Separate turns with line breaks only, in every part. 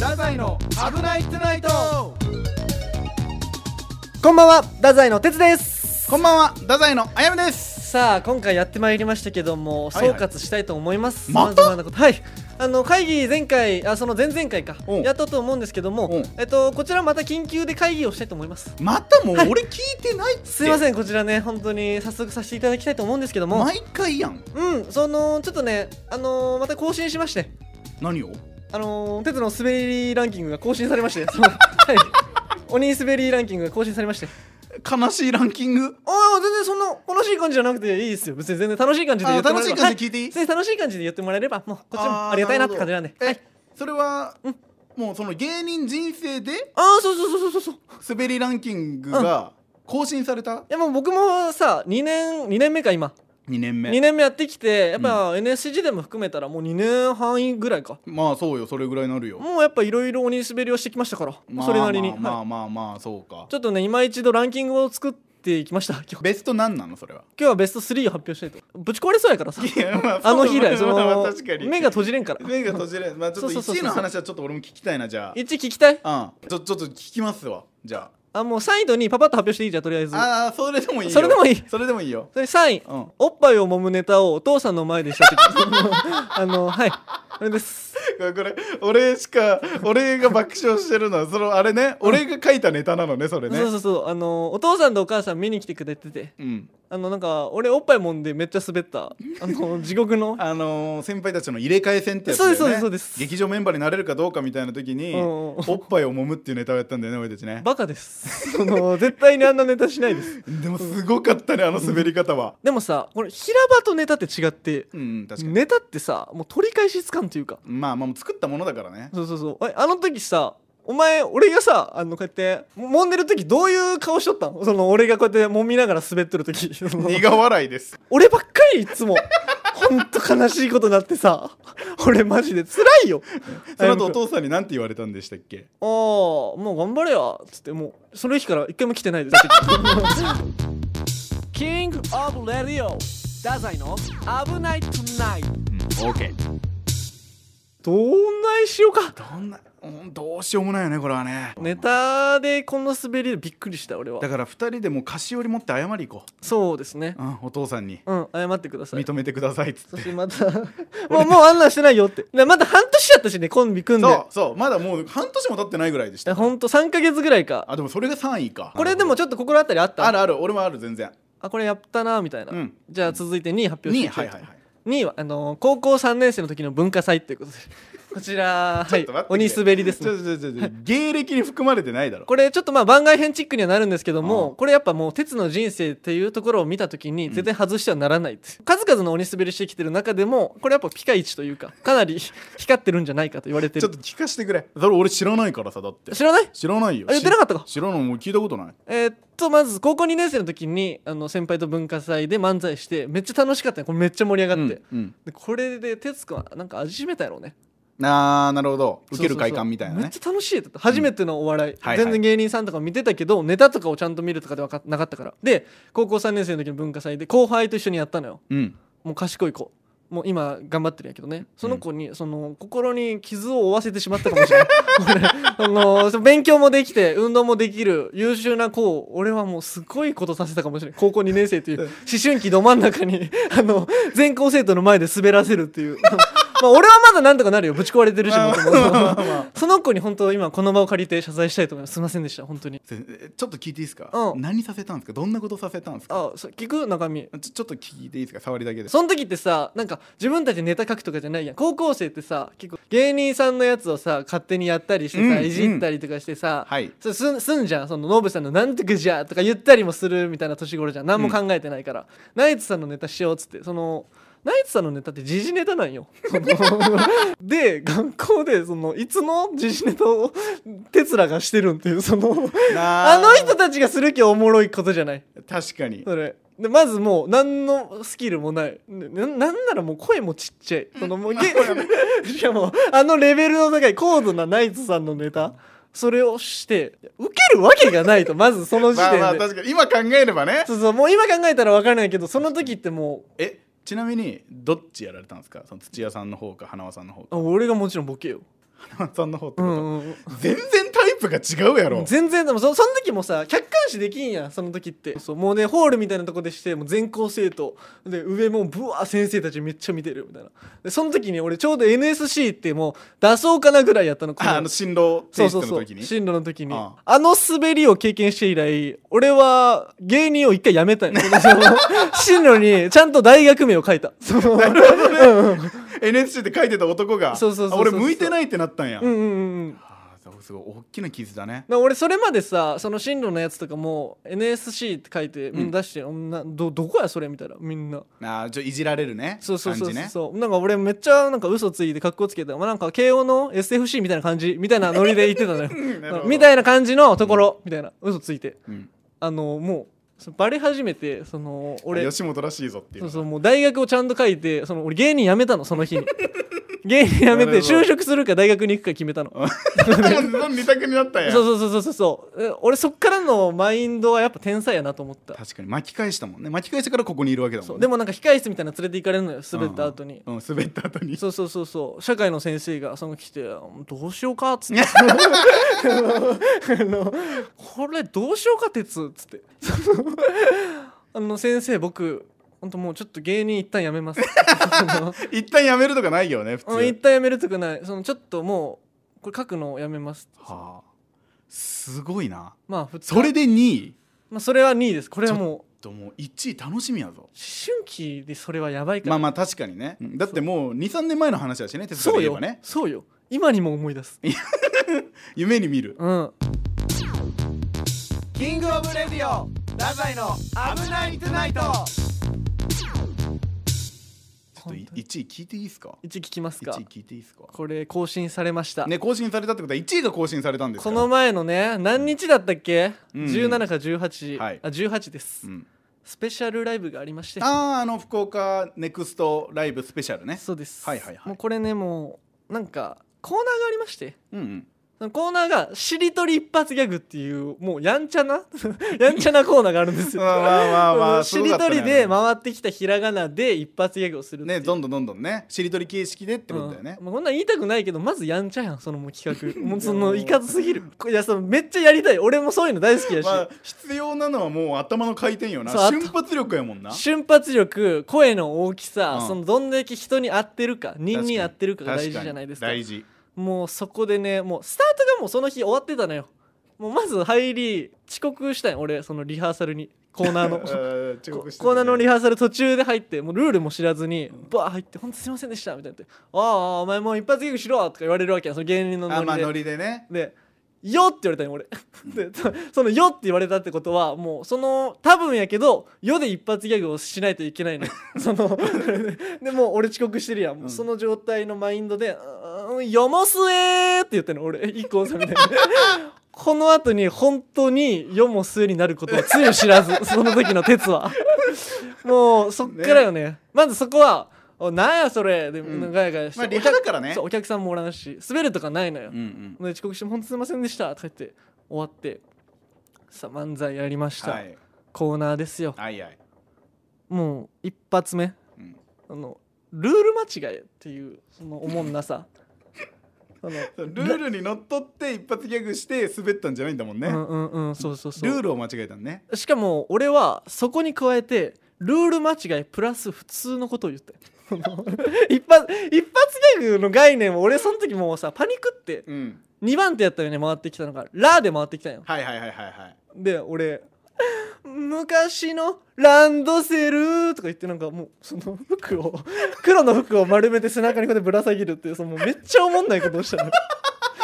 太宰の危ないトゥナイト
こんばんは太宰の哲です
こんばんは太宰のあやめです
さあ今回やってまいりましたけども
はい
総
はい
括したいと思います、
また
様々なことはいあの会議前回あその前々回か
うん
やったと思うんですけど
う
も
ん
えっとこちらまた緊急で会議をしたいと思います
またもう
はい
俺聞いてないって
すいま
ん
せんこちらね本当に早速させていただきたいと思うんですけども
毎回やん
うんそのちょっとねあのーまた更新しまして
何を
あのー、鉄の滑りランキングが更新されまして、そのはい、鬼滑りランキングが更新されまして、
悲しいランキング
ああ、全然そんな楽しい感じじゃなくていいですよ、別に全然楽しい感じで言
あ
っても
楽
ら
しい
えれば、
感じで聞いてい
はいい全然楽しい感じで言ってもらえれば、もうこっちもありがたいなって感じなんで、
あー
は
る
い
ほど、えそれは
うん
もうその芸人人生で
ああ、そうそうそうそうそう、い
滑りランキングが更新された
やもう僕もさ、2年、2年目か、今、
2年
2
目
年目やってきて、やっぱ NSCG でも含めたら、もう2年半ぐらいか、
まあそうよそれぐらいなるよ
もうやっぱいろいろ鬼滑りをしてきましたから、
まあ
それなりに、
まあま
は
あまあまあそうか
い、ちょっとね、今一度ランキングを作っていきました、今日。
ベスト何なのそれは
今日はベスト3を発表したいとぶち壊れそうやか らさ
いやまあ
あの日以来そ
まあまあまあ
の
確かに
目が閉じれんから
目が閉じれんまあちょっと
そうそうそう
1位
そう
の話はちょっと俺も聞きたいなじゃ
1聞きたい
あうんちょちょっと聞きますわじゃ
あもう3位と2位パパッと発表していいじゃんとりあえず
ああーそれでもいいよ
それでもいい
それでもいいよ
それ3位
うん
おっぱいを揉むネタをお父さんの前 でした時あのはいこれです
これこれ俺しか俺が爆笑してるのはそのあれね俺が書いたネタなのねそれね
そうそうそうあのお父さんとお母さん見に来てくれてて
うん
あのなんか俺おっぱい揉んでめっちゃ滑ったあの地獄の
あのー先輩たちの入れ替え戦ってやつだよね
そうですそうですそうです
劇場メンバーになれるかどうかみたいな時に
うん
おっぱいを揉むっていうネタをやったんだよね俺たちね
バカですその絶対にあんなネタしないです
でもすごかったねあの滑り方は
でもさこれ平場とネタって違って
うん、うん、確かに
ネタってさもう取り返しつかんというか
まあまあ作ったものだからね
そうそうそうえあの時さお前俺がさあのこうやっても揉んでる時どういう顔しとったのその俺がこうやって揉みながら滑ってる時その
苦笑いです
俺ばっかりいつもほんと悲しいことになってさ俺マジで辛いよ
その後お父さんに何て言われたんでしたっけ
ああもう頑張れよっつってもうその日から一回も来 てないですキングオブレディオダザイの危ないトゥナイト
うん OK
どんないしようか
どんな、うん、どうしようもないよねこれはね
ネタでこの滑りでびっくりした俺は
だから二人でもう菓子折り持って謝り行こ
そうですね
う、うん、お父さんに
うん、謝ってください。
認めてくださいっつ
そ
っ
しててまた、もう、もうあんなんしてないよって。でまだ半年やったしね、コンビ組んで。
そうそうまだもう半年も経ってないぐらいでし
いや
た
ほんと3ヶ月ぐらいか。
あでもそれが3位か
これでもちょっと心当たりあった
あるある俺もある全然
あ、これやったな、みたいな。
うん
じゃあ続いて2位発表し
2
て
位はいはいはい
2位は、あのー高校3年生の時の文化祭っていうことで。こちら、
ち
は
ょっ
い
と待って、
鬼滑りです
ちょ
ね。
ちょちょちょ芸歴に含まれてないだろ
これちょっとまあ番外編チックにはなるんですけども、
うん
これやっぱもう鉄の人生っていうところを見た時に絶対外してはならないっていう、数々の鬼滑りしてきてる中でもこれやっぱピカイチというかかなり 光ってるんじゃないかと言われて
ちょっ
る
と聞かせてくれそれ俺知らないからさだって
知らない
知らないよ
あ言ってなかったか
知らないもう聞いたことない
えーっとまず高校2年生の時にあの先輩と文化祭で漫才してめっちゃ楽しかったよこれめっちゃ盛り上がって、
うんうん
でこれで哲くんはなんか味しめたやろうね
あーなるほど受ける快感みたいな
そう
ね
そうそうめっちゃ楽しいって初めてのお笑い、
はい
全然芸人さんとか見てたけどネタとかをちゃんと見るとかではかなかったからで高校3年生の時の文化祭で後輩と一緒にやったのよ
うん
もう賢い子もう今頑張ってるんやけどねその子に、その心に傷を負わせてしまったかもし れない俺あのその勉強もできて運動もできる優秀な子を俺はもうすごいことさせたかもしれない高校2年生という思春期ど真ん中 にあの全校生徒の前で滑らせるっていう まあ俺はまだなんとかなるよぶち壊れてるし もともとその子に本当今この場を借りて謝罪したいと思いますすいませんでした本当に
せえちょっと聞いていいですか、
うん
何させたんですかどんなことさせたんですか
あそ聞く中身
ちょちょっと聞いていいですか触りだけで
その時ってさなんか自分たちでネタ書くとかじゃないやん高校生ってさ結構芸人さんのやつをさ勝手にやったりしてさ、
うん
いじったりとかしてさ、
はい
そすんすんじゃんそのノブさんの「なんとかじゃ」とか言ったりもするみたいな年頃じゃん何も考えてないから、ナイツさんのネタしようっつってその。ナイツさんのネタって時事ネタなんよ。そ ので学校でそのいつの時事ネタを 哲らがしてるんっていうその
あ
あの人たちがするきゃおもろいことじゃない。
確かに
それでまずもう何のスキルもないななんならもう声もちっちゃいそのもうげ しかもあのレベルの高い高度なナイツさんのネタそれをしてウケるわけがないとまずその時点
まあ
で、
まあ確かに今考えればね
そうそうもう今考えたら分からないけどその時っても
えちなみにどっちやられたんですかその土屋さんの方か花輪さんの方か
うあ俺がもちろんボケよ
花輪さんの方って
う
こと、
んうん
全然タイプが違うやろ
全然でもそその時もさ客観視できんやんその時ってそうもうねホールみたいなとこでしてもう全校生徒で上もうブワー先生たちめっちゃ見てるみたいなでその時に俺ちょうど NSC ってもう出そうかなぐらいやったのこ
ああの進路
そ
テ
う
スト
そう
の
そう
時に
進路の時に
あ
あの滑りを経験して以来俺は芸人を一回やめたんよその進路にちゃんと大学名を書いた そのうんうん
NSC って書いてた男が
そうそうそうそう
あ俺向いてないってなったんや、
うんうんうんうん
ああすごい大きな傷だね
だから俺それまでさその進路のやつとかも NSC って書いてみんな出して、女どどこやそれみたいなみんな
ああちょいじられるね
そうそうそうそ
感
う
じね
そう、なんか俺めっちゃなんか嘘ついて格好つけて、まあ、なんか慶応の SFC みたいな感じみたいなノリで言ってたのよ
うん なるほど
みたいな感じのところ、みたいな嘘ついて
うん
あのもうそバレ始めてその俺
あ吉本らしいぞっていう
そう
の
そうもう大学をちゃんと書いてその俺芸人辞めたのそ の日に芸人辞め
な
て
るほど
就職するか大学に行くか決めたの
もう二択になったんや
そうそうそうそうそうえ俺そっからのマインドはやっぱ天才やなと思った
確かに巻き返したもんね巻き返してからここにいるわけだもん、ね、
そうでもなんか控室みたいなの連れて行かれるのよ滑った後に、
うん、うん滑った後に
そうそうそうそう社会の先生がその来て「どうしようか」っつってあの「これどうしようか鉄」っつってそのあの先生僕ほんともうちょっと芸人一旦や めますあの
一旦やめるとかないよね普通、
うん一旦やめるとかないそのちょっともうこれ書くのをやめます
はあすごいな
まあ普通
それで2位
まあ、それは2位ですこれはもう
ともう1位楽しみやぞ
思春期でそれはやばいから
まあまあ確かにねうんだってもう23年前の話だしね哲
そ
学
う
で言え
よ
ばね
そうよ今にも思い出す
夢に見る
うん
キングオブレディオラザイの危ないトゥナイトちょっと1位聞いていいですか
一聞きます
1
か
位聞いていいですか
これ更新されました、
ね更新されたってことは1位が更新されたんですか
こ
ら
の前のね何日だったっけ、
うん
17か18、
はい
あ18です、
うん
スペシャルライブがありまして
あああの福岡ネクストライブスペシャルね
そうです、
はいはいはい
もうこれねもうなんかコーナーがありまして
うんうん
そのコーナーが「しりとり一発ギャグ」っていうもうやんちゃな やんちゃなコーナーがあるんですよ
まあまあまあまあ
しりとり
す
で
ごかっ
回ってきたひらがなで一発ギャグをするって
たね
いう
ねどんどんどんどんねしりとり形式でってことだよね
うんまあこんなん言いたくないけどまずやんちゃやんそのも う企画もうそ
も
の
う
いかずすぎるいやそのめっちゃやりたい俺もそういうの大好きやし、
まあ必要なのはもう頭の回転よな
そうあと
瞬発力やもんな
瞬発力声の大きさ、
うん
そのどんだけ人に合ってるか人に合ってるかが大事
確
じゃないですか
大事
もうそこでねもうスタートがもうその日終わってたのよもうまず入り遅刻したんよ俺そのリハーサルにコーナーの
えー遅刻してたね
コーナーのリハーサル途中で入ってもうルールも知らずにバー入って「ほんとすいませんでした」みたいなって「ああお前もう一発ギャグしろ」とか言われるわけやその芸人のノリ
あ
で、
まあノリでね
で「よ」って言われたんよ俺 でそその「よ」って言われたってことはもうその多分やけど「よ」で一発ギャグをしないといけないの そのでもう俺遅刻してるやん、もうその状態のマインドで「うーんよもすえ」って言ってんの 俺一個さみたいなこの後に本当によもすえになることをつゆ知らず その時の鉄はもうそっからよねまずそこは「おなんやそれ」で、
うん
ガヤガヤして、
まあリハだからね
そうお客さんもおらんし滑るとかないのよ、
うんうん
で遅刻して「本当すいませんでした」とか言って終わってさあ漫才やりました、
はい
コーナーですよ
はいはい
もう一発目
うん
あのルール間違えっていうそのおもんな さその
ルールにのっとって一発ギャグして滑ったんじゃないんだもんね
うんうんうんそうそうそう
ルールを間違えたんね
しかも俺はそこに加えてルール間違いプラス普通のことを言って その一発一発ギャグの概念を俺その時もうさパニックって
うん
2番手やったよね回ってきたのが「ラ」で回ってきたんよ
はいはいはいはいはい
で俺昔のランドセルとか言ってなんかもうその服 を黒の服を丸めて背中にこうやってぶら下げるっていうそのもうめっちゃおもんないことをしたのキーン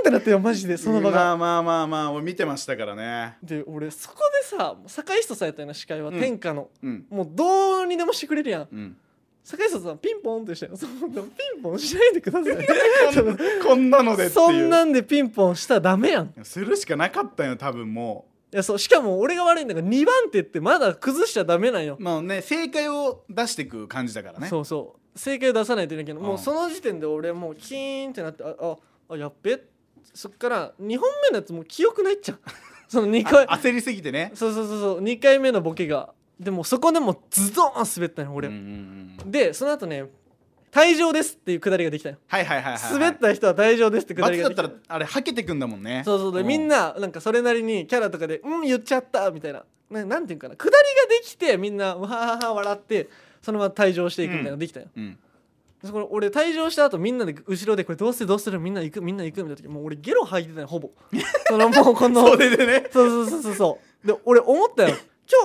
ってなってよマジでその
ま
場が。
あまあまあまあ俺見てましたからね
で俺そこでさ堺人さんやったよな司会は
うん
天下の、
うん
もうどうにでもしてくれるやん
うん
堺人さんピンポンってしたよそのピンポンしないでください
こんなのでっていう
そんなんでピンポンしたらダメやん
するしかなかったよ多分も
いやそうしかも俺が悪いんだから2番手ってまだ崩しちゃダメなんよ
うまあね正解を出していく感じだからね
そうそう正解を出さないといけないけど、もううんその時点で俺もうキーンってなってあああやっべそっから2本目のやつもう記憶ないっちゃう その2回
あ焦りすぎてね
そうそうそうそう2回目のボケがでもそこでもうズドン滑ったの俺、
うんうんうん
でその後ね退場ですっていうくだりができたよ、
はいはいはいはい
滑った人は退場ですってくだり
罰
が
だ
で
っ
きた
たらあれはけてくんだもんね
そうそうでみん
な
ななんかそれなりにキャラとかで「うん言っちゃった」みたいなななんていうんかなくだりができてみんなわははは笑ってそのまま退場していくみたいなのできたよ、
うん
そこで俺退場した後みんなで後ろでこれどうするどうするみんな行くみんな行くみたいな時もう俺ゲロ吐いてたよほぼそのもうこの
それでね
そうそうそうそうそうで俺思ったよ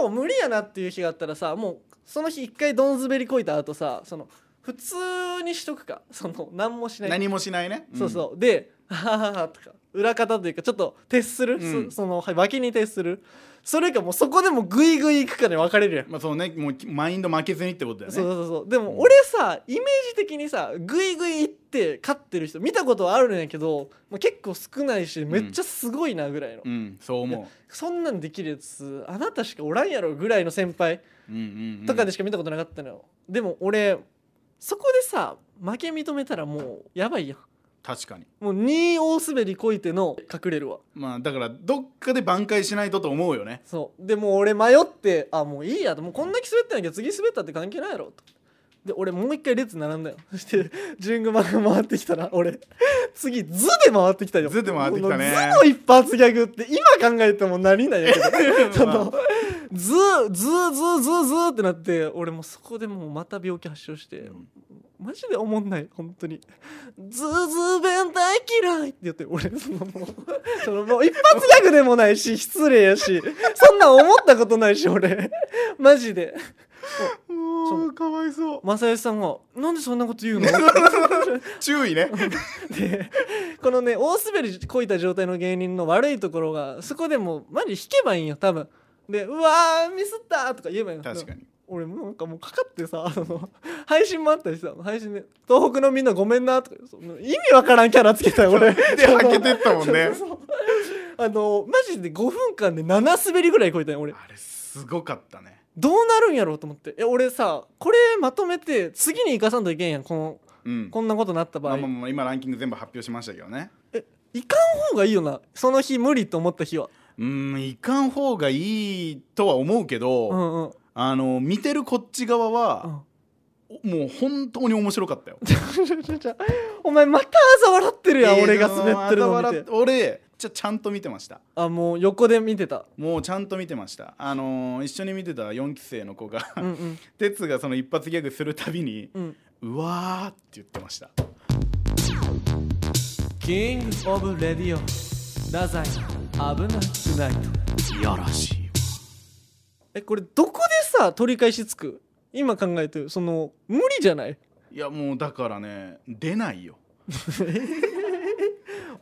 今日無理やなっていう日があったらさもうその日一回どんずべりこいた後さその普通にしとくかその何もしな い
何もしないね
そうそうで「はははは」とか裏方というかちょっと徹す
う
る、
ん
そそのはい脇に徹するそれかもうそこでもうグイグイ行くかで分かれるやん、
うんまあそうねもうマインド負けずにってことだよね
そうそうそうで
う
も
ん
俺さイメージ的にさグイグイ行って勝ってる人見たことはあるんやけど、まあ、結構少ないしめっちゃすごいなぐらいの、
うんそう思
そんなんできるやつあなたしかおらんやろぐらいの先輩
ううんうんうん
とかでしか見たことなかったのよ、でも俺そこでさ負け認めたらもうやばいやん
確かに
もう2大滑りこいての隠れるわ
まあだからどっかで挽回しないとと思うよね
そうでもう俺迷ってあもういいやともうこんだけ滑ったんやけど次滑ったって関係ないやろとで俺もう一回列並んだよ そして順組が回ってきたら俺次図で回ってきたよ
図で回ってきたね
もう図の一発ギャグって今考えても何な んやけど その図図図図図ってなって俺もうそこでもうまた病気発症して、
うん
マジで思んない本当に「ズーズー弁大嫌い」って言って俺そのもう そのもう一発ギャグでもないし失礼やしそんなん思ったことないし俺マジで
うーかわいそう
正義さんが「なんでそんなこと言うの?」
注意ね
でこのね大滑りこいた状態の芸人の悪いところがそこでもうマジ引けばいいんよ多分で「うわーミスった!」とか言えばいいの
確かに
俺もうなんかもうかかってさあの配信もあったしさ配信で「東北のみんなごめんな」とかその意味わからんキャラつけたよ
で
俺
はけてったもんね
そうそうそうあのマジで5分間で7滑りぐらい超えたよ俺
あれすごかったね
どうなるんやろうと思ってえ俺さこれまとめて次に生かさんといけんやんこの
うん
こんなことなった場
ま
合
あまあまあ今ランキング全部発表しましたけどね
いかん方がいいよなその日無理と思った日は
うーんいかん方がいいとは思うけど、
うんうん
あの見てるこっち側
う
は、
ん
もう本当に面白かったよ
お前またあざ笑ってるやん、俺が滑ってる
あざ
の
笑
見
って俺ちゃちゃんと見てました
あもう横で見てた
もうちゃんと見てましたあのー一緒に見てた4期生の子が
うんうん
哲、がその一発ギャグするたびに
うん
「うわー」って言ってました
キングオブレディオ太宰危なくないと
いやらしい
えこれどこでさ取り返しつく今考えてるその無理じゃない
いやもうだからね出ないよ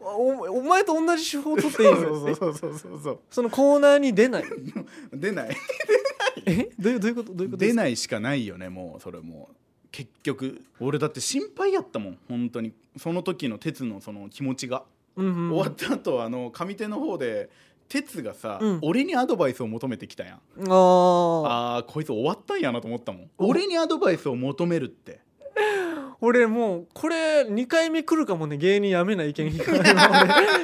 おお前と同じ手法を取っていい
そ
の
うそうそうそうそうそう
そのコーナーに出ない
出ない
えどういうどういうことどういうこと
出
い
ないしかないよねもうそれもう結局俺だって心配やったもん本当にその時の哲のその気持ちが、
うんうん
終わった後あの上手の方で哲がさ、
うん
俺にアドバイスを求めてきたやん
あ
あーこいつ終わったんやなと思ったもん
お
俺にアドバイスを求めるって
あ俺もうこれ2回目来るかもね芸人やめない意見 今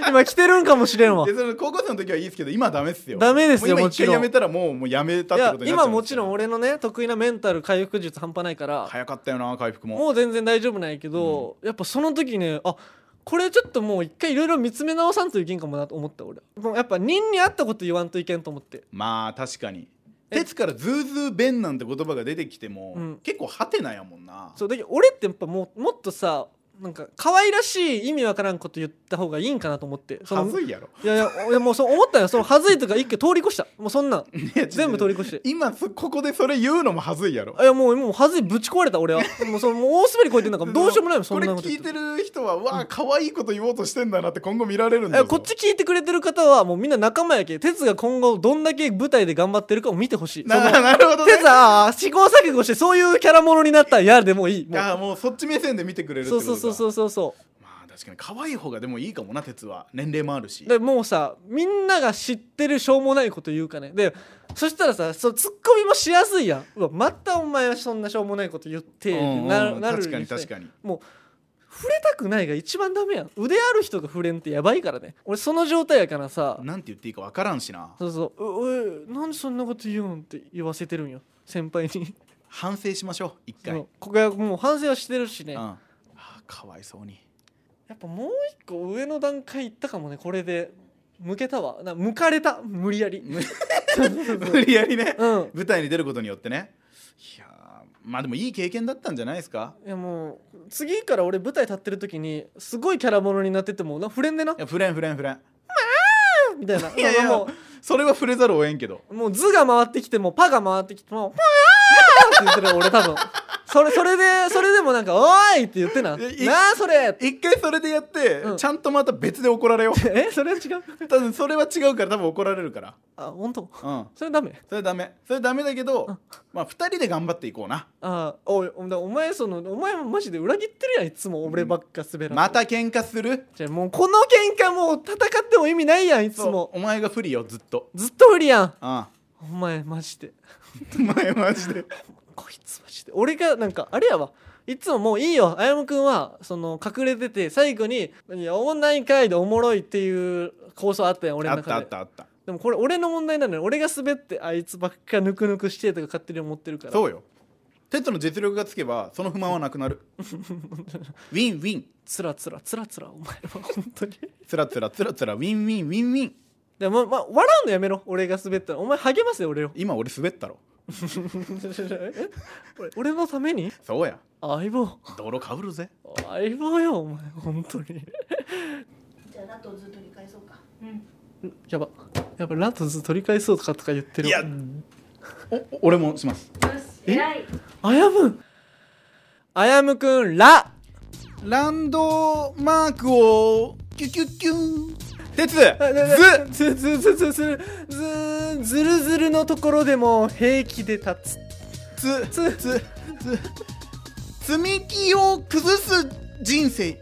今来てるんかもしれんわ
でそれ高校生の時はいいですけど今ダメっすよ
ダメです
も
よ
う今
もちろん
一回やめたらもうもうやめた
い
って
や
ことになっちゃ
今
う
もちろん俺のね得意なメンタル回復術半端ないから
早かったよな回復も
もう全然大丈夫なんやけど、やっぱその時ねあこれちょっともう一回いろいろ見つめ直さんといけんかもなと思った俺もうやっぱ人に会ったこと言わんといけんと思って
まあ確かに
え
鉄からズーズー弁なんて言葉が出てきても、
うん
結構ハテナやもんな
そうだけど俺ってやっぱもうもっとさなんか可愛らしい意味わからんこと言った方がいいんかなと思ってその
はずいやろ
いやいや俺もうそう思ったよそのはずいとか一回通り越したもうそんなん
いや
全部通り越して
今そここでそれ言うのもはずいやろ
いやもうもうはずいぶち壊れた俺はもうそのもう大滑り越えてんだからどうしようもないもんそんな
こ
こ
れ
と
聞
言っ
いてる人はわあ可愛いこと言おうとしてんだなって今後見られるんだ
え
ぞ
こっち聞いてくれてる方はもうみんな仲間やけ哲が今後どんだけ舞台で頑張ってるかを見てほしいその
な なるほどね
てさ、試行錯誤してそういうキャラものになったらやでもいい。も
ああ
う
もうそっち目線で見てくれるって
そ
こ
う
とだ
そうそうそうそうそ
まあ確かに可愛い方がでもいいかもな鉄は年齢もあるし
う。でもうさみんなが知ってるしょうもないこと言うかね。でそしたらさそうツッコミもしやすいやん。うわまたお前はそんなしょうもないこと言って
うんうん
ななる
確かに確
に。
かに
もう触れたくないが一番ダメやん。腕ある人が触れんってやばいからね。俺その状態やからさ。
なんて言っていいか分からんしな
そうそう。ううなんでそんなこと言うんって言わせてるんよ先輩に。
反省しましょう一
そ
回、う
のここはもう反省はしてるしね、
ん、
や
ああかわいそうに
っぱもう一個上の段階行ったかもねこれで向けたわな向かれた無理やり
む 無理やりね
うん
舞台に出ることによってねいやーまあでもいい経験だったんじゃないですか
いやもう次から俺舞台立ってる時にすごいキャラものになっててもな触れんでない
やフレンフレンフレン
みたいな
いやいや
も
それは触れざるをえんけど
うもう図が回ってきてもパが回ってきてもパ ーって言ってる俺多分それそれでそれでもなんか「おーい!」って言ってな「ない
い
あそれ!」
一回それでやって、
うん
ちゃんとまた別で怒られよう
えそれは違う
多分それは違うから多分怒られるから
あ本当
うん
それダメ
それダメそれダメだけど、
うん
まあ2人で頑張っていこうな
あおいおだお前そのお前もマジで裏切ってるやんいつも俺ばっか滑らん
また喧嘩する
じゃあもうこの喧嘩もう戦っても意味ないやんいつ
そう
も
お前が不利よずっと
ずっと不利やん
あ
お前マジで
あお前マジで
こいつマジで俺がなんかあれやわいつももういいよあやむくんはその隠れてて最後に「いやおもんないんかい」でおもろいっていう構想あったやん俺
あ
の
ったあ
中
っ
で
たあった
でもこれ俺の問題なのよ俺が滑ってあいつばっかぬくぬくしてとか勝手に思ってるから
そうよテッドの実力がつけばその不満はなくなるウィンウィン
つらつらつらつらお前は本当に
つらつらつらつらウィンウィンウィンウィン
でも、まあ、笑うのやめろ俺が滑ったらお前励ますよ 俺を
今俺滑ったろ
え俺俺のために
そうや
相棒
泥かぶるぜ
相棒よお前本当に
じゃあ、ナットをずっと取り返そうか。
やばやばラトズ取り返そうとかとか言ってる
いやおお俺もします
よし、偉い。
あやむあやむくんら
ランドマークをキュキュキュン鉄ず
ずずずずずずずずるずるのところでも平気で立
つ
つつ
つつ積み木を崩す人生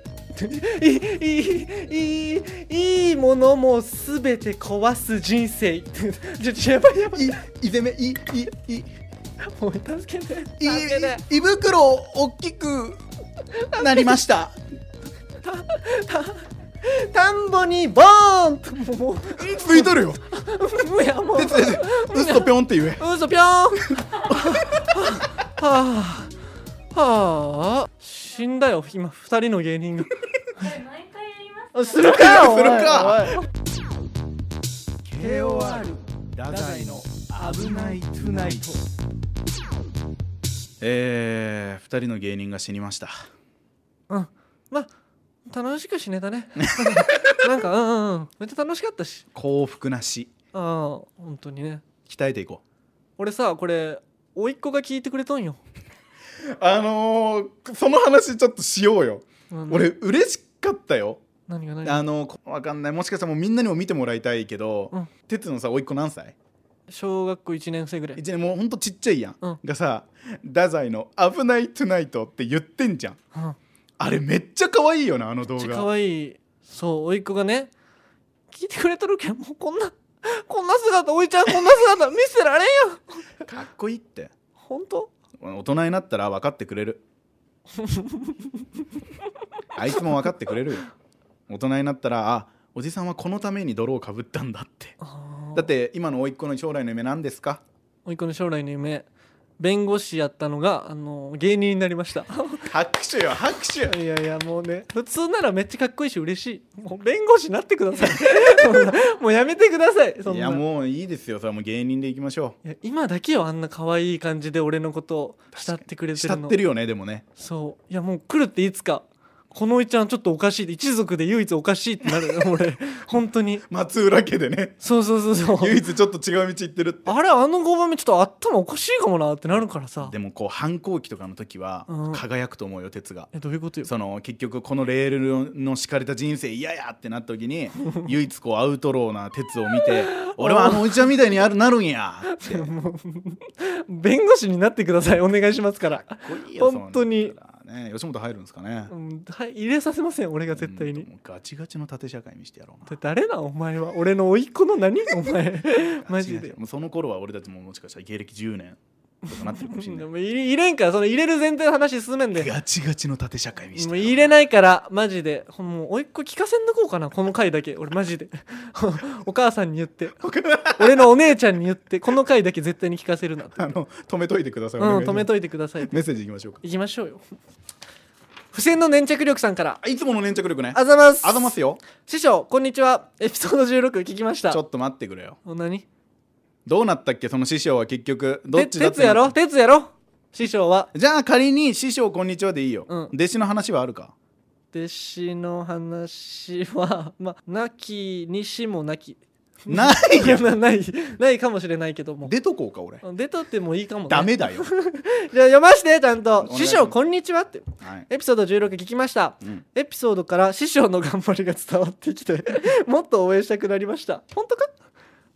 いいいいいいものもすべて壊す人生 ちょちょやばいやばい
いいぜめいいいいい
もう助けて助
い
けて
胃袋大きくなりました
田んぼにボーンともうも
ついとるよ
ういやもう
鉄鉄うっそぴょんって言え
嘘ぴょんはあはあ死んだよ今二人の芸人が
これ毎回やります。
あするか
するか
おいおい
KOR ラザイの危ないトゥナイトえー、2人の芸人が死にました
うんまあ楽しく死ねた ねなんかうんうんうんめっちゃ楽しかったし
幸福な死
ああ本当にね
鍛えていこ
俺さこれ甥っ子が聞いてくれとんよ、
うあのー、その話ちょっとしようよ
うん
俺嬉しかったよ
何が何が
あのー、分かんないもしかしたらもうみんなにも見てもらいたいけど、
うん
鉄のさ甥っ子何歳
小学校1年生ぐらい
一年もうほんとちっちゃいやん、
うん
がさ「太宰の危ないトゥナイト」って言ってんじゃん
うんめ
あれめっちゃ可愛いよなあの動
っちゃ可
画
愛いそう甥っ子がね聞いてくれとるけんもうこんな こんな姿おいちゃんこんな姿見せられんよ
かっこいいって
本当
大人になったら分かってくれ るあいつも分かってくれるよ大人になったらあおじさんはこのために泥をかぶったんだってだ
だっ
ってて今の甥っ子の将来の夢何ですか
甥っ子の将来の夢弁護士やったのがあの芸人になりました
拍手よ拍手
いやいやもうね普通ならめっちゃかっこいいし嬉しいもう弁護士になってください もうやめてくださいそん
い
な
やもういいですよそれはもう芸人でいきましょ
いや今だけよあんな可愛い感じで俺のことを慕ってくれ
う
て
慕
る
っ
の
てるよねでもね
そういやもう来るっていつかこのいちゃんちょっとおかしいって一族で唯一おかしいってなる 俺本当に
松浦家で ね
そうそうそうそ
唯
う
一ちょっと違う道行ってるって
あれあの5番目ちょっと頭おかしいかもなってなるからさ
でもこう反抗期とかの時は
うん
輝くと思うよ鉄が
えどういうこと よ
その結局このレールの敷かれた人生嫌やってなった時 に唯一こうアウトローな鉄を見て俺はあのおじちゃんみたいにあるなるんやってかっ
もう弁護士になってくださいお願いしま すから、
こいいよ
本当
そ
に
んなのね吉本入るんですかね
うん、はい入れさせません俺が絶対に、
うんもうガチガチの縦社会にしてやろう
で
な
誰だお前は 俺の甥っ子の何お前 マジ
ガチガ
で
チもうその頃は俺たちももしかしたら芸歴10年とかなってるかもしれな
で
い
も入れ入れんからその入れる前提の話進めん で
ガチガチの縦社会見して
も う入れないからマジでほんもうおいっ子聞かせんとこうかなこの回だけ俺マジで お母さんに言って俺のお姉ちゃんに言ってこの回だけ絶対に聞かせるなって
あの止めといてください、
うん
お願いし
止
ます
めといてください
メッセージいきましょうか
行きましょうよ付箋の粘着力さんから
あいつもの粘着力ね
あざます
あざますよ
師匠こんにちはエピソード16聞きました
ちょっと待ってくれよ
お何
どうなったっけその師匠は結局ど
て
っちだ
鉄やろ鉄やろ師匠は
じゃあ仮に師匠こんにちはでいいよ、
うん
弟子の話はあるか
弟子の話はまあなきにしもなき
ないよ
なないないかもしれないけども
出とこうか俺
出とってもいいかも、ね、
ダメだ よ、
じゃあ読ましてちゃんと
お願いします
師匠こんにちはって
はい
エピソード16聞きました
うん、
エピソードから師匠の頑張りが伝わってきて もっと応援したくなりました本当か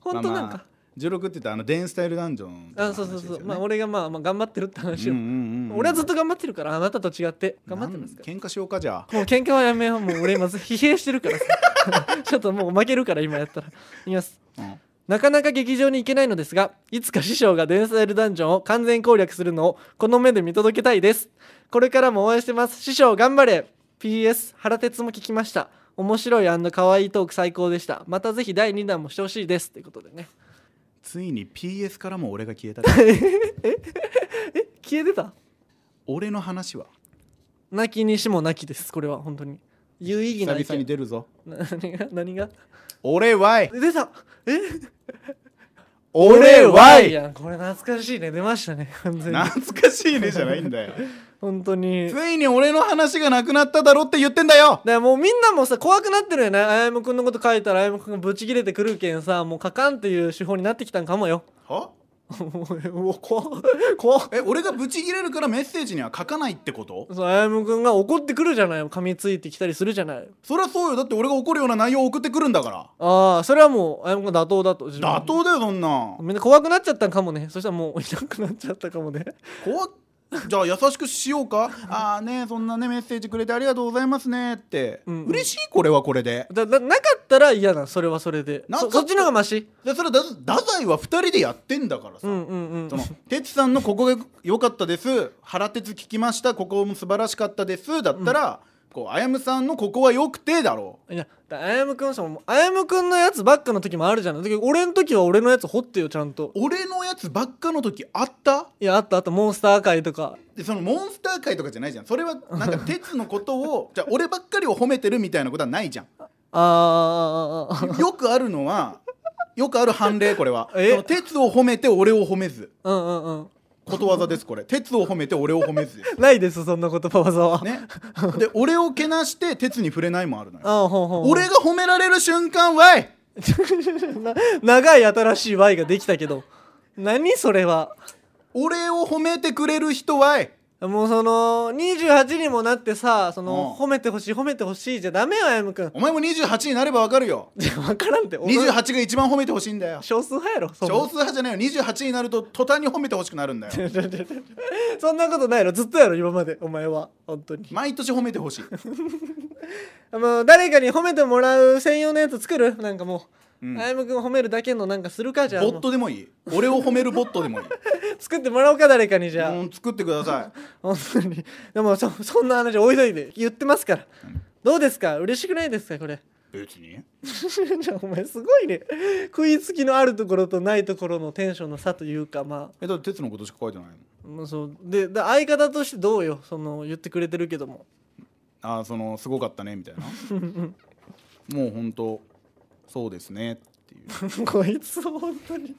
本当なん
まあま
か
あ、16って言ったらあのデンスタイルダンジョンの
あ
話
そうそう
です
そ
よ
う、
ね
まあ俺がまあまあ頑張ってるって話を、
うんうんうん
俺はずっと頑張ってるからあなたと違って頑張ってますから
なん喧嘩しようかじゃあ
もう喧嘩はやめようもう俺今疲弊してるからさ ちょっともう負けるから今やったらいきます
うん
なかなか劇場に行けないのですがいつか師匠がデンスタイルダンジョンを完全攻略するのをこの目で見届けたいですこれからも応援してます師匠頑張れ PS 原哲も聞きました面白い可愛いトーク最高でしたまたぜひ第2弾もしてほしいですってことでね
ついに PS からも俺が 消えたか
え消えてた
俺の話は
泣きにしも泣きですこれは本当に有意義
久
な
々
意
に
見
出るぞ
な 何が何が
俺はい
出たえ
俺はい
やんこれ懐かしいね出ましたね完全に
懐かしいねじゃないんだよ
本当に
ついに俺の話がなくなっただろって言ってんだよ
だからもうみんなもさ怖くなってるよねあやむくんのこと書いたらあやむくんがブチ切れてくるけんさもうかかんっていう手法になってきたん かもよ
は
もう怖っ怖っ
え俺がブチギレるからメッセージには書かないってこと
そうあやむくんが怒ってくるじゃない噛みついてきたりするじゃない
そりゃそうよだって俺が怒るような内容を送ってくるんだから
ああそれはもうあやむくん妥当だと自分
妥当だよそんなん
みんな怖くなっちゃったんかもねそしたらもうい なくなっちゃったかもね
怖っじゃあ優しくしようかああねそんなねメッセージくれてありがとうございますねって、
うんうん
嬉しいこれはこれで
だだなかったら嫌だそれはそれで
なかっ
そ
た
そっちの方がマシ
でそれはだ太宰は2人でやってんだからさ、
うんうんうん
その「哲さんのここが良かったです原哲聞きましたここも素晴らしかったです」だったら、こうあやむさんのここは良くてだろ
いやだあやむくんさもうあやむくんのやつばっかの時もあるじゃないだけど俺の時は俺のやつ掘ってよちゃんと
う俺のやつばっかの時あった
いやあったあったモンスター界とか
でそのモンスター界とかじゃないじゃんそれ はなんか哲のことをじゃあ俺ばっかりを褒めてるみたいなことはないじゃん
あーあーあーあー
よくあるのはよくある判例これは
え
その鉄を褒めて俺を褒めず
うんうんうん
ことわざですこれ鉄を褒めて俺を褒めずです
ないですそんな言葉わざは、
ねで俺をけなして鉄に触れないもあるのよ
ああほうほうほう
俺が褒められる瞬間はい
な長い新しい Y ができたけど何それは
俺を褒めてくれる人はい
もうその28にもなってさその、
う
褒めてほしい褒めてほしいじゃダメよあやむくん
お前も28になればわかるよ
じゃ分からんって俺
28が一番褒めてほしいんだよ
少数派やろそんな
少数派じゃないよ28になると途端に褒めてほしくなるんだよ
そんなことないのずっとやろ今までお前は本当に、
毎年褒めてほしい、
もう誰かに褒めてもらう専用のやつ作るなんかもう、
うん
あやむくん褒めるだけのなんかするかじゃあ
ボットでもいい俺を褒めるボットで もいい
もう作ってもらおうか誰かにじゃあ、
うん作ってください
本当にでもそそんな話おいといて言ってますから、どうですか嬉しくないですかこれ
別に
じゃあお前すごいね食いつきのあるところとないところのテンションの差というかま
えだって鉄のことしか書いてないの
あもうそうでだ相方としてどうよその言ってくれてるけども
あーそのすごかったねみたいなもう本当そうですねってい
こいつ本当に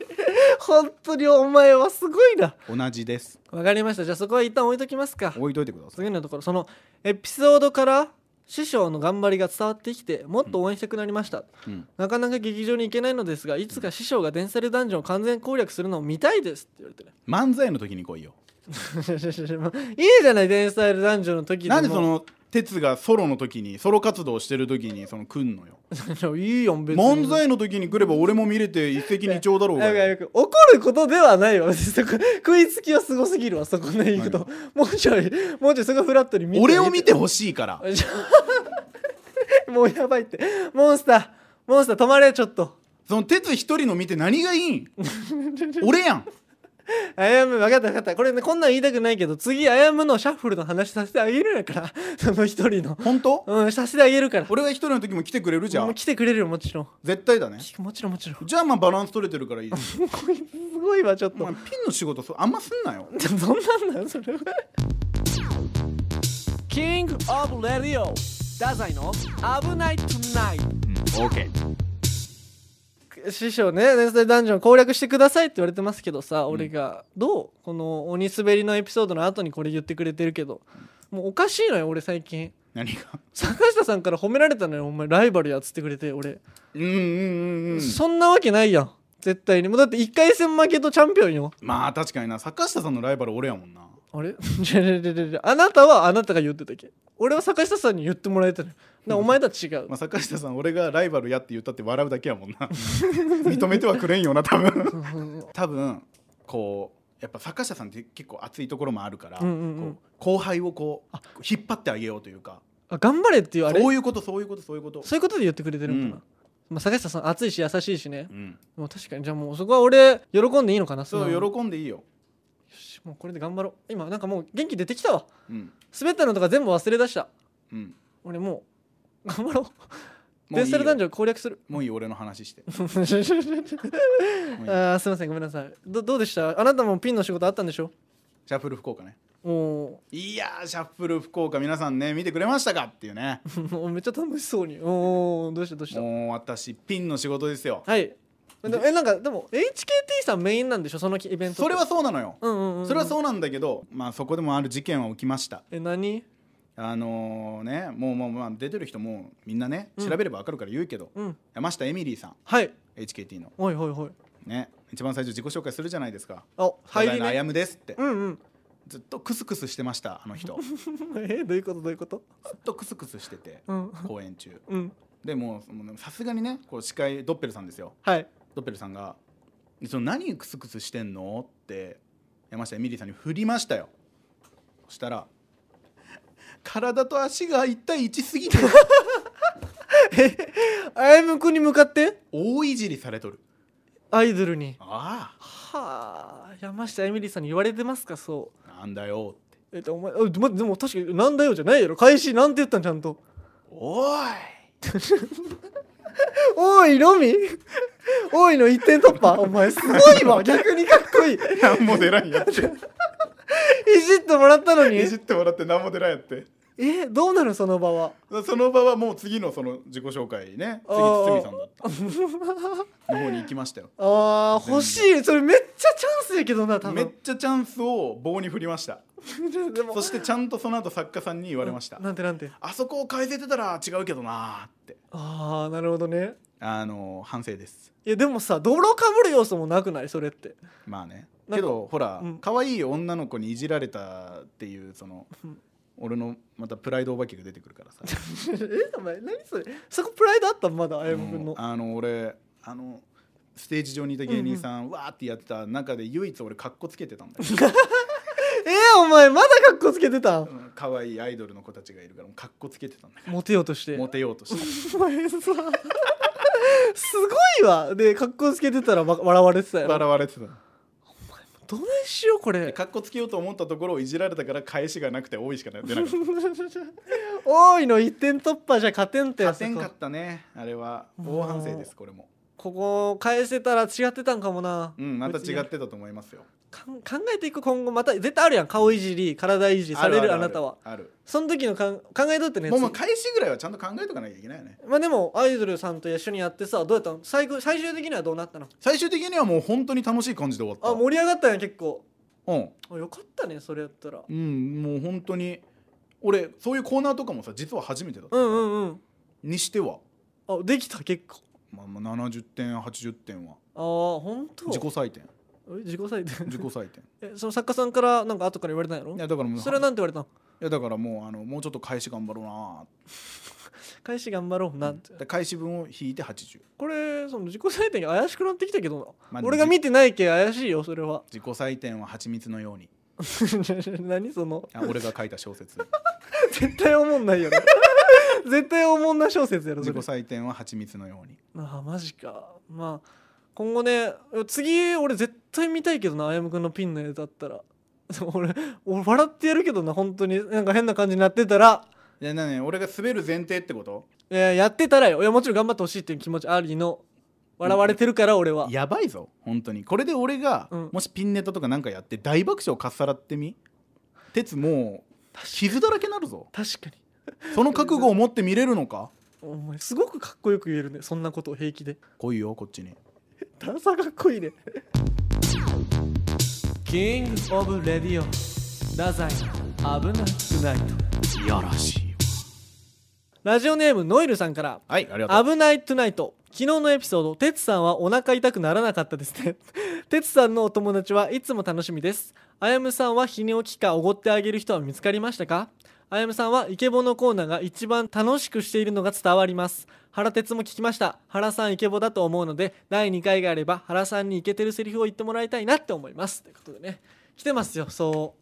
本当にお前はすごいな
う同じです
わかりましたじゃあそこは一旦置いときますか
置いといてく ださい
次のところそのエピソードから師匠の頑張りが伝わってきてもっと応援したくなりました、
うん
なかなか劇場に行けないのですがいつか師匠がデンサルダンジョンを完全攻略するのを見たいですって言われてね
漫才の時に来いよ
いいじゃ ないデンサルダンジョンの時でも
なんでその鉄がソロの時にソロ活動してる時にその来んのよ
いいよ別に
漫才の時に来れば俺も見れて一石二鳥だろうが
なんかよく怒ることではないわ別にそこ食いつきはすごすぎるわそこね行くともうちょいもうちょいそこフラットに見て
俺を見てほしいから
じゃ もうやばいってモンスターモンスター止まれちょっと
その鉄一人の見て何がいいん俺やん
あやむ分かった分かったこれねこんなん言いたくないけど次あやむのシャッフルの話させてあげるんやからその一人の
本当
うんさせてあげるから
俺が一人の時も来てくれるじゃ
も
ん
う来てくれるよもちろん
絶対だね
きもちろんもちろん
じゃあまあバランス取れてるからいいです
すごいすごいわちょっ
お
と、
前ピンの仕事そうあんますんなよ
どんなんだよそれはキングオブレディオダザイの危ないトゥナイ
オーケー
師匠ね「連載ダンジョン攻略してください」って言われてますけどさ、俺がどうこの鬼滑りのエピソードの後にこれ言ってくれてるけどもうおかしいのよ俺最近
何が
坂下さんから褒められたのよお前ライバルやっつってくれて俺、
うんうんうんうん
そんなわけないやん絶対にもうだって1回戦負けとチャンピオンよ
まあ確かにな坂下さんのライバル俺やもんな
あれ じゃじゃじゃじゃじゃあなたはあなたが言ってたっけ俺は坂下さんに言ってもらえたのよだからお前とは違う
まあ、坂下さん俺がライバルやって言ったって笑うだけやもんな認めてはくれんよな多分多分こうやっぱ坂下さんって結構熱いところもあるから、
うんうんうん
こう後輩をこう引っ張ってあげようというか
あ頑張れっていうあれ
そういうことそういうことそういうこと
そういうことで言ってくれてるんだ
う
な、
ん
まあ、坂下さん熱いし優しいしね
うん、
もう確かにじゃあもうそこは俺喜んでいいのかな
そ
の
う喜んでいいよ、
よしもうこれで頑張ろう今なんかもう元気出てきたわ
うん
滑ったのとか全部忘れ出した
うん、
俺もう頑張ろう
もう
デ
いい
ジ
よ
タル男女攻略する
もういいよ俺の話して
あーすいませんごめんなさいどどうでしたあなたもピンの仕事あったんでしょ
シャッフル福岡ね
お
いやーシャッフル福岡皆さんね見てくれましたかっていうね
ー もうめっちゃ楽しそうにおーどうしたどうした
もう私ピンの仕事ですよ
はいでもえなんかでも HKT さんメインなんでしょそのイベントって
それはそうなのよ、
うんうんうん、うん、
それはそうなんだけど、まあ、そこでもある事件は起きました
え何
あのねもうもうまあ出てる人もみんなね
うん
調べれば分かるから言うけど、
うん
山下エミリーさん
はい
HKT の
はいはいはい
ね一番最初自己紹介するじゃないですか
あ
「
入
ただい
り
まあ
ね
やむです」って
うんうん
ずっとクスクスしてましたあの人ず
えどういうことどういうこと
っとクスクスしてて
うん
公演中
うん
でもうもうさすがにねこう司会ドッペルさんですよ
はい
ドッペルさんが「その何クスクスしてんの?」って山下エミリーさんに振りましたよそしたら「体と足が1対1す ぎて
あやむくんに向かって
大いじりされとる
アイドルに」
ああ
はあ山下エミリーさんに言われてますかそ
なんだよって
うえっとお前あでもでも確かに「なんだよ」じゃないやろ開始なんて言ったんちゃんと
おい
「おいのみ」「 おい」の一点突 破お前すごいわ逆にかっこいいい
何も出らんやって
じってもらったのに
いじってもらって何も出らんやって
えどうなるその場は
その場はもう次のその自己紹介ね次
あ
堤
ー
さんだったの方に行きましたよ
あー欲しいそれめっちゃチャンスやけどな多
めっ
分
ちゃチャンスを棒に振りました
でも
そしてちゃんとその後作家さんに言われました
なんてなんて
あそこを変えてたら違うけどなーって
ああなるほどね
あの反省です
いやでもさ泥かぶる要素もなくないそれって
まあね
なんか
けどほら
うん
可愛、い女の子にいじられたっていうその
うん
俺のまたプライドお化けが出てくるから さ
えお前何それそこプライドあったまだあやむくんの
うんあの俺あのステージ上にいた芸人さん、わーってやってた中で唯一俺かっこつけてたんだよ
えー、お前まだカッコつけてたん
うん可愛いアイドルの子たちがいるからかっこつけてたんだよ
モテようとして
モテようとして
お前さすごいわでカッコつけてたらわ笑われてた よ
笑われてた
どうしようこ
で
れ
かっこつけようと思ったところをいじられたから返しがなくて多いしか出なか った
多いの一点突破じゃ勝てんってや
勝て
つ
んかったねあれは大反省ですこれも
ここ返せたら違ってたんかもな
うんまた違
別
っ
に
てたと思いますよ
かん考えていく今後また絶対あるやん顔いじり体いじりされるあなたは
ある
その時のかん考えとって
あ
ね
るもうもう
次
返しぐらいはちゃんと考えとかなきゃいけないよね
まあでもアイドルさんと一緒にやってさどうやったの最後最終的にはどうなったの
最終的にはもう本当に楽しい感じで終わった
あ盛り上がったんや結構
うん
あよかったねそれやったら
うんもう本当に俺そういうコーナーとかもさ実は初めてだった、
うんうんうん
にしては、
あできた結構
まあ、まあ70点80点は
ああ本当
自己採点
え自己採点
自己採点
えその作家さんからなんか後から言われたんやろ
いやだからもう
それは何て言われたの
いやだからもうあのもうちょっと返し頑張ろうな
返し頑張ろうな
ー
ん
っててで返し分を引いて80
これその自己採点が怪しくなってきたけど
ま
な、
あ
俺が見てないけ怪しいよそれ は
自己採点は蜂蜜のように
何その
あ俺が書いた小 説
絶対おもんない よな絶対おもんな小説やろ
自
そ
己
れ
採点は蜂蜜のように
ああマジかまあ今後ね次俺絶対見たいけどなあやむくんのピンの絵だったら 俺俺笑ってやるけどな本当になんか変な感じになってたら
いやなに俺が滑る前提ってこと
いややってたらよいやもちろん頑張ってほしいっていう気持ちありの笑われてるから俺は、
やばいぞ本当にこれで俺が、
うん
もしピンネタとかなんかやって大爆笑かっさらってみ鉄もう傷だらけになるぞ
確かに
その覚悟を持って見れるのか
お前すごくかっこよく言えるねそんなことを平気で
来いよこっちに
ダサかっこいいねキングオブレディオ太宰危なくない
いやらしいわ
ラジオネームノイルさんから
はいありがとう
危ないトゥナイト昨日のエピソードてつさんはお腹痛くならなかったですね てつさんのお友達はいつも楽しみですあやむさんは泌尿器科おごってあげる人は見つかりましたかあやむさんはイケボのコーナーが一番楽しくしているのが伝わります原哲も聞きました原さんイケボだと思うので第2回があれば原さんにイケてるセリフを言ってもらいたいなって思いますということでね来てますよそ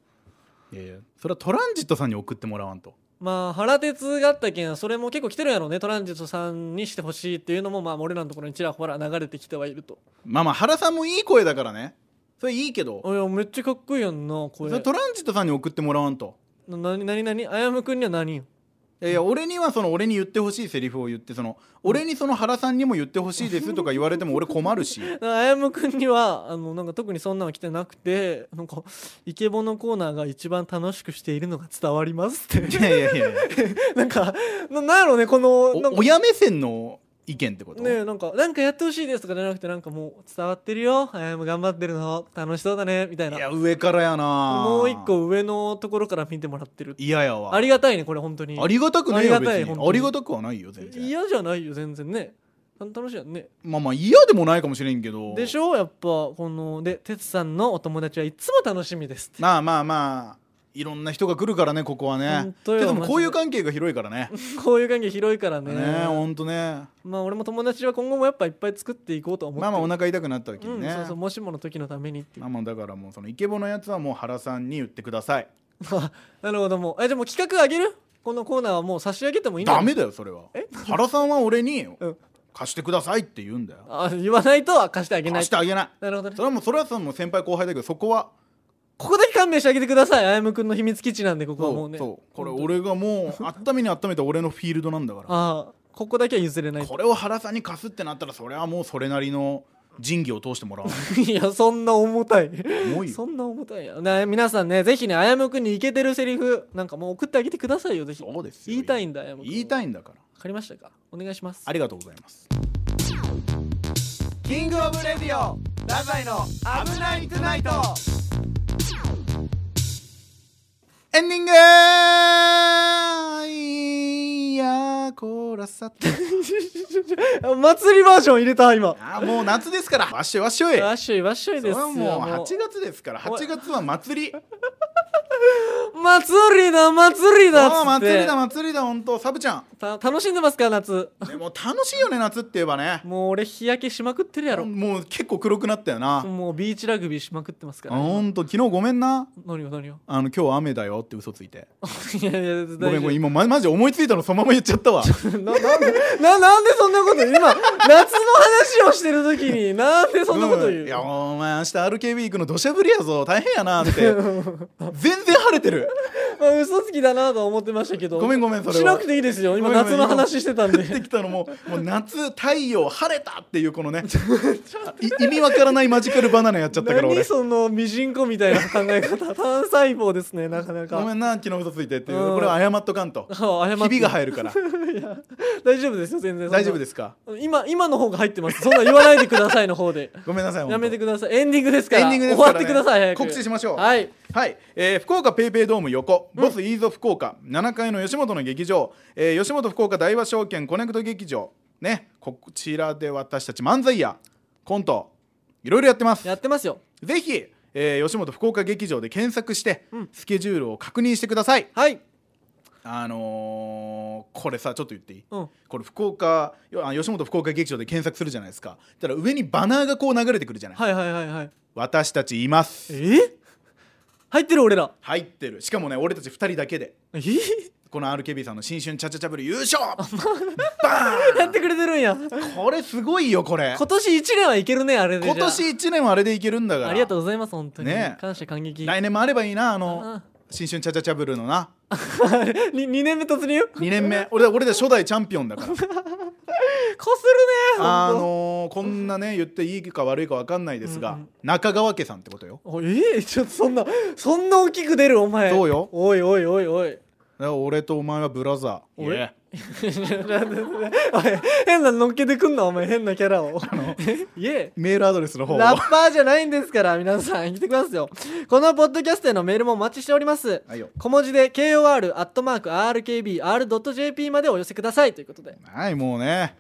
う
いやいやそれはトランジットさんに送ってもらわんと
まあ原哲があったけんそれも結構来てるやろうねトランジットさんにしてほしいっていうのもまあ俺らのところにちらほら流れてきてはいると
まあまあ原さんもいい声だからねそれいいけど
いやめっちゃかっこいいやんな
そ
声
れトランジットさんに送ってもらわんと
ななになになにあやむくんには何よ
いやいや俺にはその俺に言ってほしいセリフを言ってその俺にその原さんにも言ってほしいですとか言われても俺困る し
あやむくんにはあのなんか特にそんなの来てなくてなんかイケボのコーナーが一番楽しくしているのが伝わりますって
いやいやいやいや
なんかななんやろうねこのなん
お
か
親目線の意見ってこと、
ねえなんかなんかやってほしいですとかじゃなくてなんかもう伝わってるよあやむ頑張ってるの楽しそうだねみたい
い
な
や上からやな
もう一個上のところから見てもらってる
嫌やわ
ありがたいねこれ本当に
ありがたくないよ
ありがたい
別
本当
に
に
ありがたくはないよ全然
嫌じゃないよ全然ねた楽しいやんね
まあまあ嫌でもないかもしれんけど
でしょやっぱこので哲さんのお友達はいつも楽し みですって
まあまあまあいろんな人が来るからねここはね
本当よ
でもこういう
マ
関係が広いからね
こういう関係広いからね
ねほんとね
まあ俺も友達は今後もやっぱいっぱい作っていこうとは思って
まあまあお
あ
腹痛くなった時
う
に
ん、
ね、
そうそうもしもの時のためにっていう
まあまあだからもうそのイケボのやつはもう原さんに言ってください
なるほどもうえじゃあもう企画あげるこのコーナーはもう差し上げてもいいん
ダメだよそれは
え
原さんは俺に
うん
貸してくださいって言うんだよ
あ言わないとは貸してあげない
貸してあげない
なるほどね
それはもうそれはさもう先輩後輩だけどそこは
ここだけ勘弁してあげてくださいあやむくんの秘密基地なんでここは
そ
もう
う
ね
そうこれ
本当に
俺がも う温めに温めた俺のフィールドなんだから
ああここだけは譲れない
これを原さんに貸すってなったらそれはもうそれなりの仁義を通してもらわない
いやそんな重たい
と思う
そ
よ
んな重たいやね皆さんねぜひねあやむくんにイケてるセリフなんかもう送ってあげてくださいよぜひ
そうですよ
言いたいんだあやむくん
言いた
い
いんだから
わかりましたかお願いします
ありがとうございます
キングオブレディオラザイの危ないトゥナイト
エンディングいやーこらさって
祭りバージョン入れた今
あーもう夏ですからわっしょいわっしょい
わっしょいわっしょい
そ
で
れ
すよ
はもう8月ですから
おい
8月は 祭り
祭りだ祭りだっつ
あ
っ
あ
て
祭りだ祭りだ本当サブちゃん
た楽しんでますか夏
でも楽しいよね夏って言えばね
もう俺日焼けしまくってるやろ
もう結構黒くなったよな
もうビーチラグビーしまくってますから
ほんと昨日ごめんな
何を何を
あの今日雨だよって嘘ついて
いやいや大丈夫
ごめんごめん今まマジ思いついたのそのまま言っちゃったわ
ななんでななんでそんなこと言う今夏の話をしてる時になん でそんなこと言う、
んいやお前明日 RKB 行くの土砂降りやぞ大変やなっ て全然晴れてる
まあ、嘘つきだなとは思ってましたけど
ごめんごめんそれは
しなくていいですよ今
ごめんごめ
夏
ん
の話してたんで
降ってきたのももう夏太陽晴れたっていうこの ねい 意味わからないマジカルバナナやっちゃったから
何
俺
そのミジンコみたいな考え方単細胞ですねなかなか
ごめんな昨日嘘ついてっていう
うん
これは謝っとかんと
あ謝って
ひびが入る から
大丈夫ですよ全然
大丈夫
す
ですか
今今の方が入ってますそんな言わないでくださいの方で
ごめんなさい本当
やめてくださいエンディングですから
エンディングですからね
終わってください早く
告知しましょう
はい
はい、えー福岡ペイペイドーム横、ボスイーゾ福岡7階の吉本の劇場、えー吉本福岡大和証券コネクト劇場ねこちらで私たち漫才やコントいろいろやってます
やってますよ
ぜひ、えー吉本福岡劇場で検索して、スケジュールを確認してください
はい
あのーこれさちょっと言っていい
うん
これ福岡よあ吉本福岡劇場で検索するじゃないですかそしたら上にバナーがこう流れてくるじゃない、
はいはいはいはい
私たちいます
え入ってる俺ら
入ってるしかもね俺たち2人だけで
え
この RKB さんの新春チャチャチャブル優勝
やってくれてるんや
これすごいよこれ
今年1年はいけるねあれでじゃ
今
あ
年1年はあれでいけるんだから
ありがとうございます本当に、
ね
感謝感激
来年もあればいいなあの
あ
新春チャチャチャブルのな
に2年目突 入
2年目俺ら俺ら初代チャンピオン だから
こするね
あ
ほんと
のーこんなね言っていいか悪いか分かんないですが、
うんうん
中川家さんってことよ
おえ えちょっとそんなそんな大きく出るお前
そうよ
おいおいおいおい
だから俺とお前はブラザー
俺
いえ
おい変なのっけてくんなお前変なキャラを いえ
メールアドレスの方を
ラッパーじゃないんですから皆さん来てくださいよこのポッドキャストへのメールもお待ちしております
はいよ
小文字で kor.rkbr.jp までお寄せくださいということで
はいもうね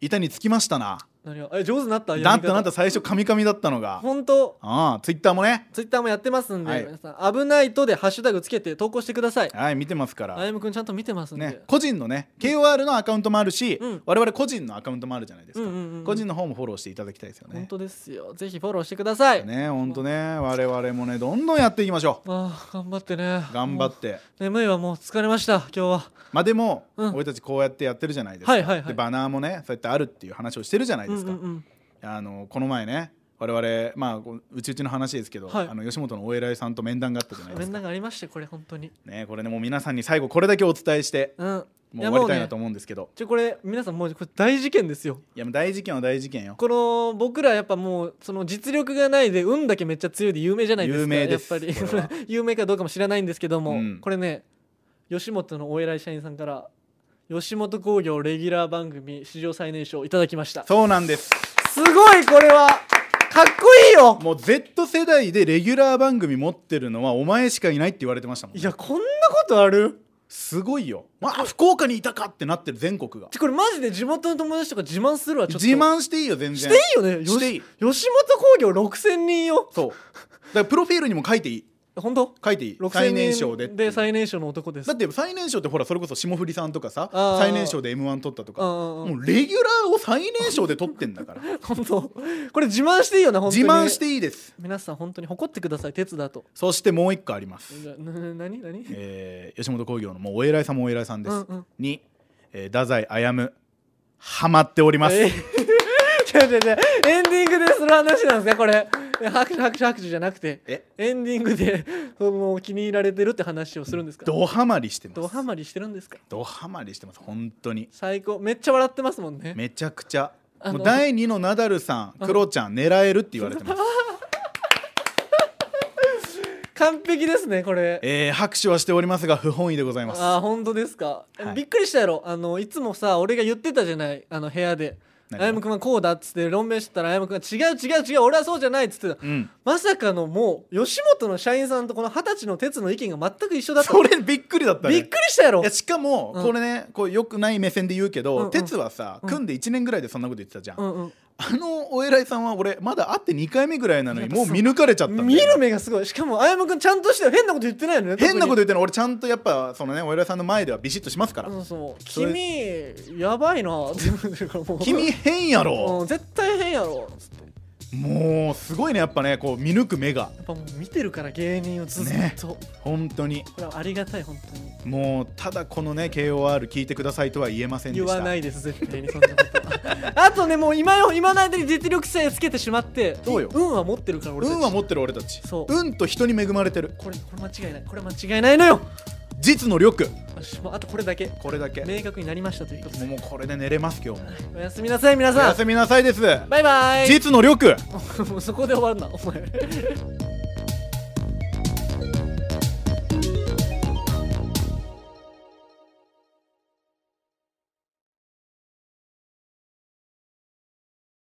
板につきましたな
何がえ上手になった
だってあなた
た
最初カミカミだったのが
本当
ああツイッターもね
ツイッターもやってますんで、
はい
皆さん「危ないと」でハッシュタグつけて投稿してください
はい見てますから、
あやむくんちゃんと見てますんで、
ね、個人のね KOR のアカウントもあるし、
うん
我々個人のアカウントもあるじゃないですか、
うんうんうん
個人の方もフォローしていただきたいですよ
本
ね
当ですよぜひフォローしてください、
ね本当ね我々もねどんどんやっていきましょ
ああ頑張ってね
う頑張
も
って
う眠いはもう疲れました今日は
まあでも、
うん
俺たちこうやってやってるじゃないですか、
はいはいはい
でバナーもねそうやってあるっていう話をしてるじゃないですか、
うんうん
あのこの前ね我々まあこううちうちの話ですけど、
はい
あの吉本のお偉いさんと面談があったじゃな
う
い
ん、
で
面
すか、
談がありましてこれ本当に
ね、これねもう皆さんに最後これだけお伝えして
うん
もう終わりたい
やもうね
なと思うんですけど
ちょこれ皆さんもうこれ大事件ですよ
いやもう大事件は大事件よ
この僕らやっぱもうその実力がないで運だけめっちゃ強いで有名じゃないですか
有名です
やっ
これ
ぱ
は
り 有名かどうかも知らないんですけども、
うん
これね吉本のお偉い社員さんから吉本興業レギュラー番組史上最年少いただきました
そうなんです
すごいこれはかっこいいよ
もう Z 世代でレギュラー番組持ってるのはお前しかいないって言われてましたもん
いやこんなことある
すごいよまあ福岡にいたかってなってる全国が
ちょこれマジで地元の友達とか自慢するわちょっと
自慢していいよ全然
していいよねよし
していい
吉本興業6000人よ
そうだからプロフィールにも書いていい
本当
書いていい
6000人
最年少でっていう
最年少の男です
だって最年少ってほらそれこそ霜降りさんとかさ
あー
最年少で m 1取ったとか
うんうんうん
もうレギュラーを最年少で取ってんだから
本当これ自慢していいよな本当
自
に
慢していいです
皆さん本当に誇ってください鉄だと
そしてもう一個あります
なな何何
えー吉本興業のもうお偉いさんもお偉いさんです、
うんうん
に、えー、太宰歩ハマっております、
えー 違う違う違うエンディングでする話なんですかこれえ拍手拍手拍手じゃなくて
え
エンディングで その気に入られてるって話をするんですか
ドハマりしてます
ドハマりしてるんですか
ドハマりしてます本当に
最高めっちゃ笑ってますもんね
めちゃくちゃ
あの
もう第2のナダルさんクロちゃん狙えるって言われて ます、
完璧ですねこれ
えー拍手はしておりますが不本意でございます
あー本当ですか、え
はい
びっくりしたやろあのいつもさ俺が言ってたじゃないあの部屋で「
何
あ
が
やむくんはこうだ」っつって論明してたらあやむくんが「違う違う違う俺はそうじゃない」っつってた、
うん
まさかのもう吉本の社員さんとこの二十歳の鉄の意見が全く一緒だった
それびっくりだったね
びっくりしたやろ
いやしかも
うん
これね、こうよくない目線で言うけ
うんう
ど、
ん
鉄はさ組んで1年ぐらいでそんなこと言ってたじゃん、
うんうん
あのお偉いさんは俺まだ会って2回目ぐらいなのにもう見抜かれちゃったんだよね
見る目がすごいしかもあやむくんちゃんとして変なこと言ってないよね
変なこと
特
言ってんの俺ちゃんとやっぱそのねお偉いさんの前ではビシッとしますから、
にそう
そ
そう君やばいなって言ってるからもう
君変や
う
ろ、
ん絶対変やろつって
もうすごいねやっぱねこう見抜く目が
やっぱもう見てるから芸人をずっと、
ね
こ
本当に
れはありがたい本当に
もうただこのね KOR 聞いてくださいとは言えませんでし
言
た
わないです絶対にそんなこと あとねもう今よ今の間に実力さえつけてしまって
そうよ
運は持ってるから俺たち
運は持ってる俺たち
そう
運と人に恵まれてる
これこれ間違いないこれ間違いないのよ
実の力
よしもうあとこれだけ
これだけも
明確になりましたということ
う
で
もうこれで寝れます今日も
おやすみなさい皆
お
さ
や
ん
すみなさいです
バイバイ
実の力
もうそこで終わるなお前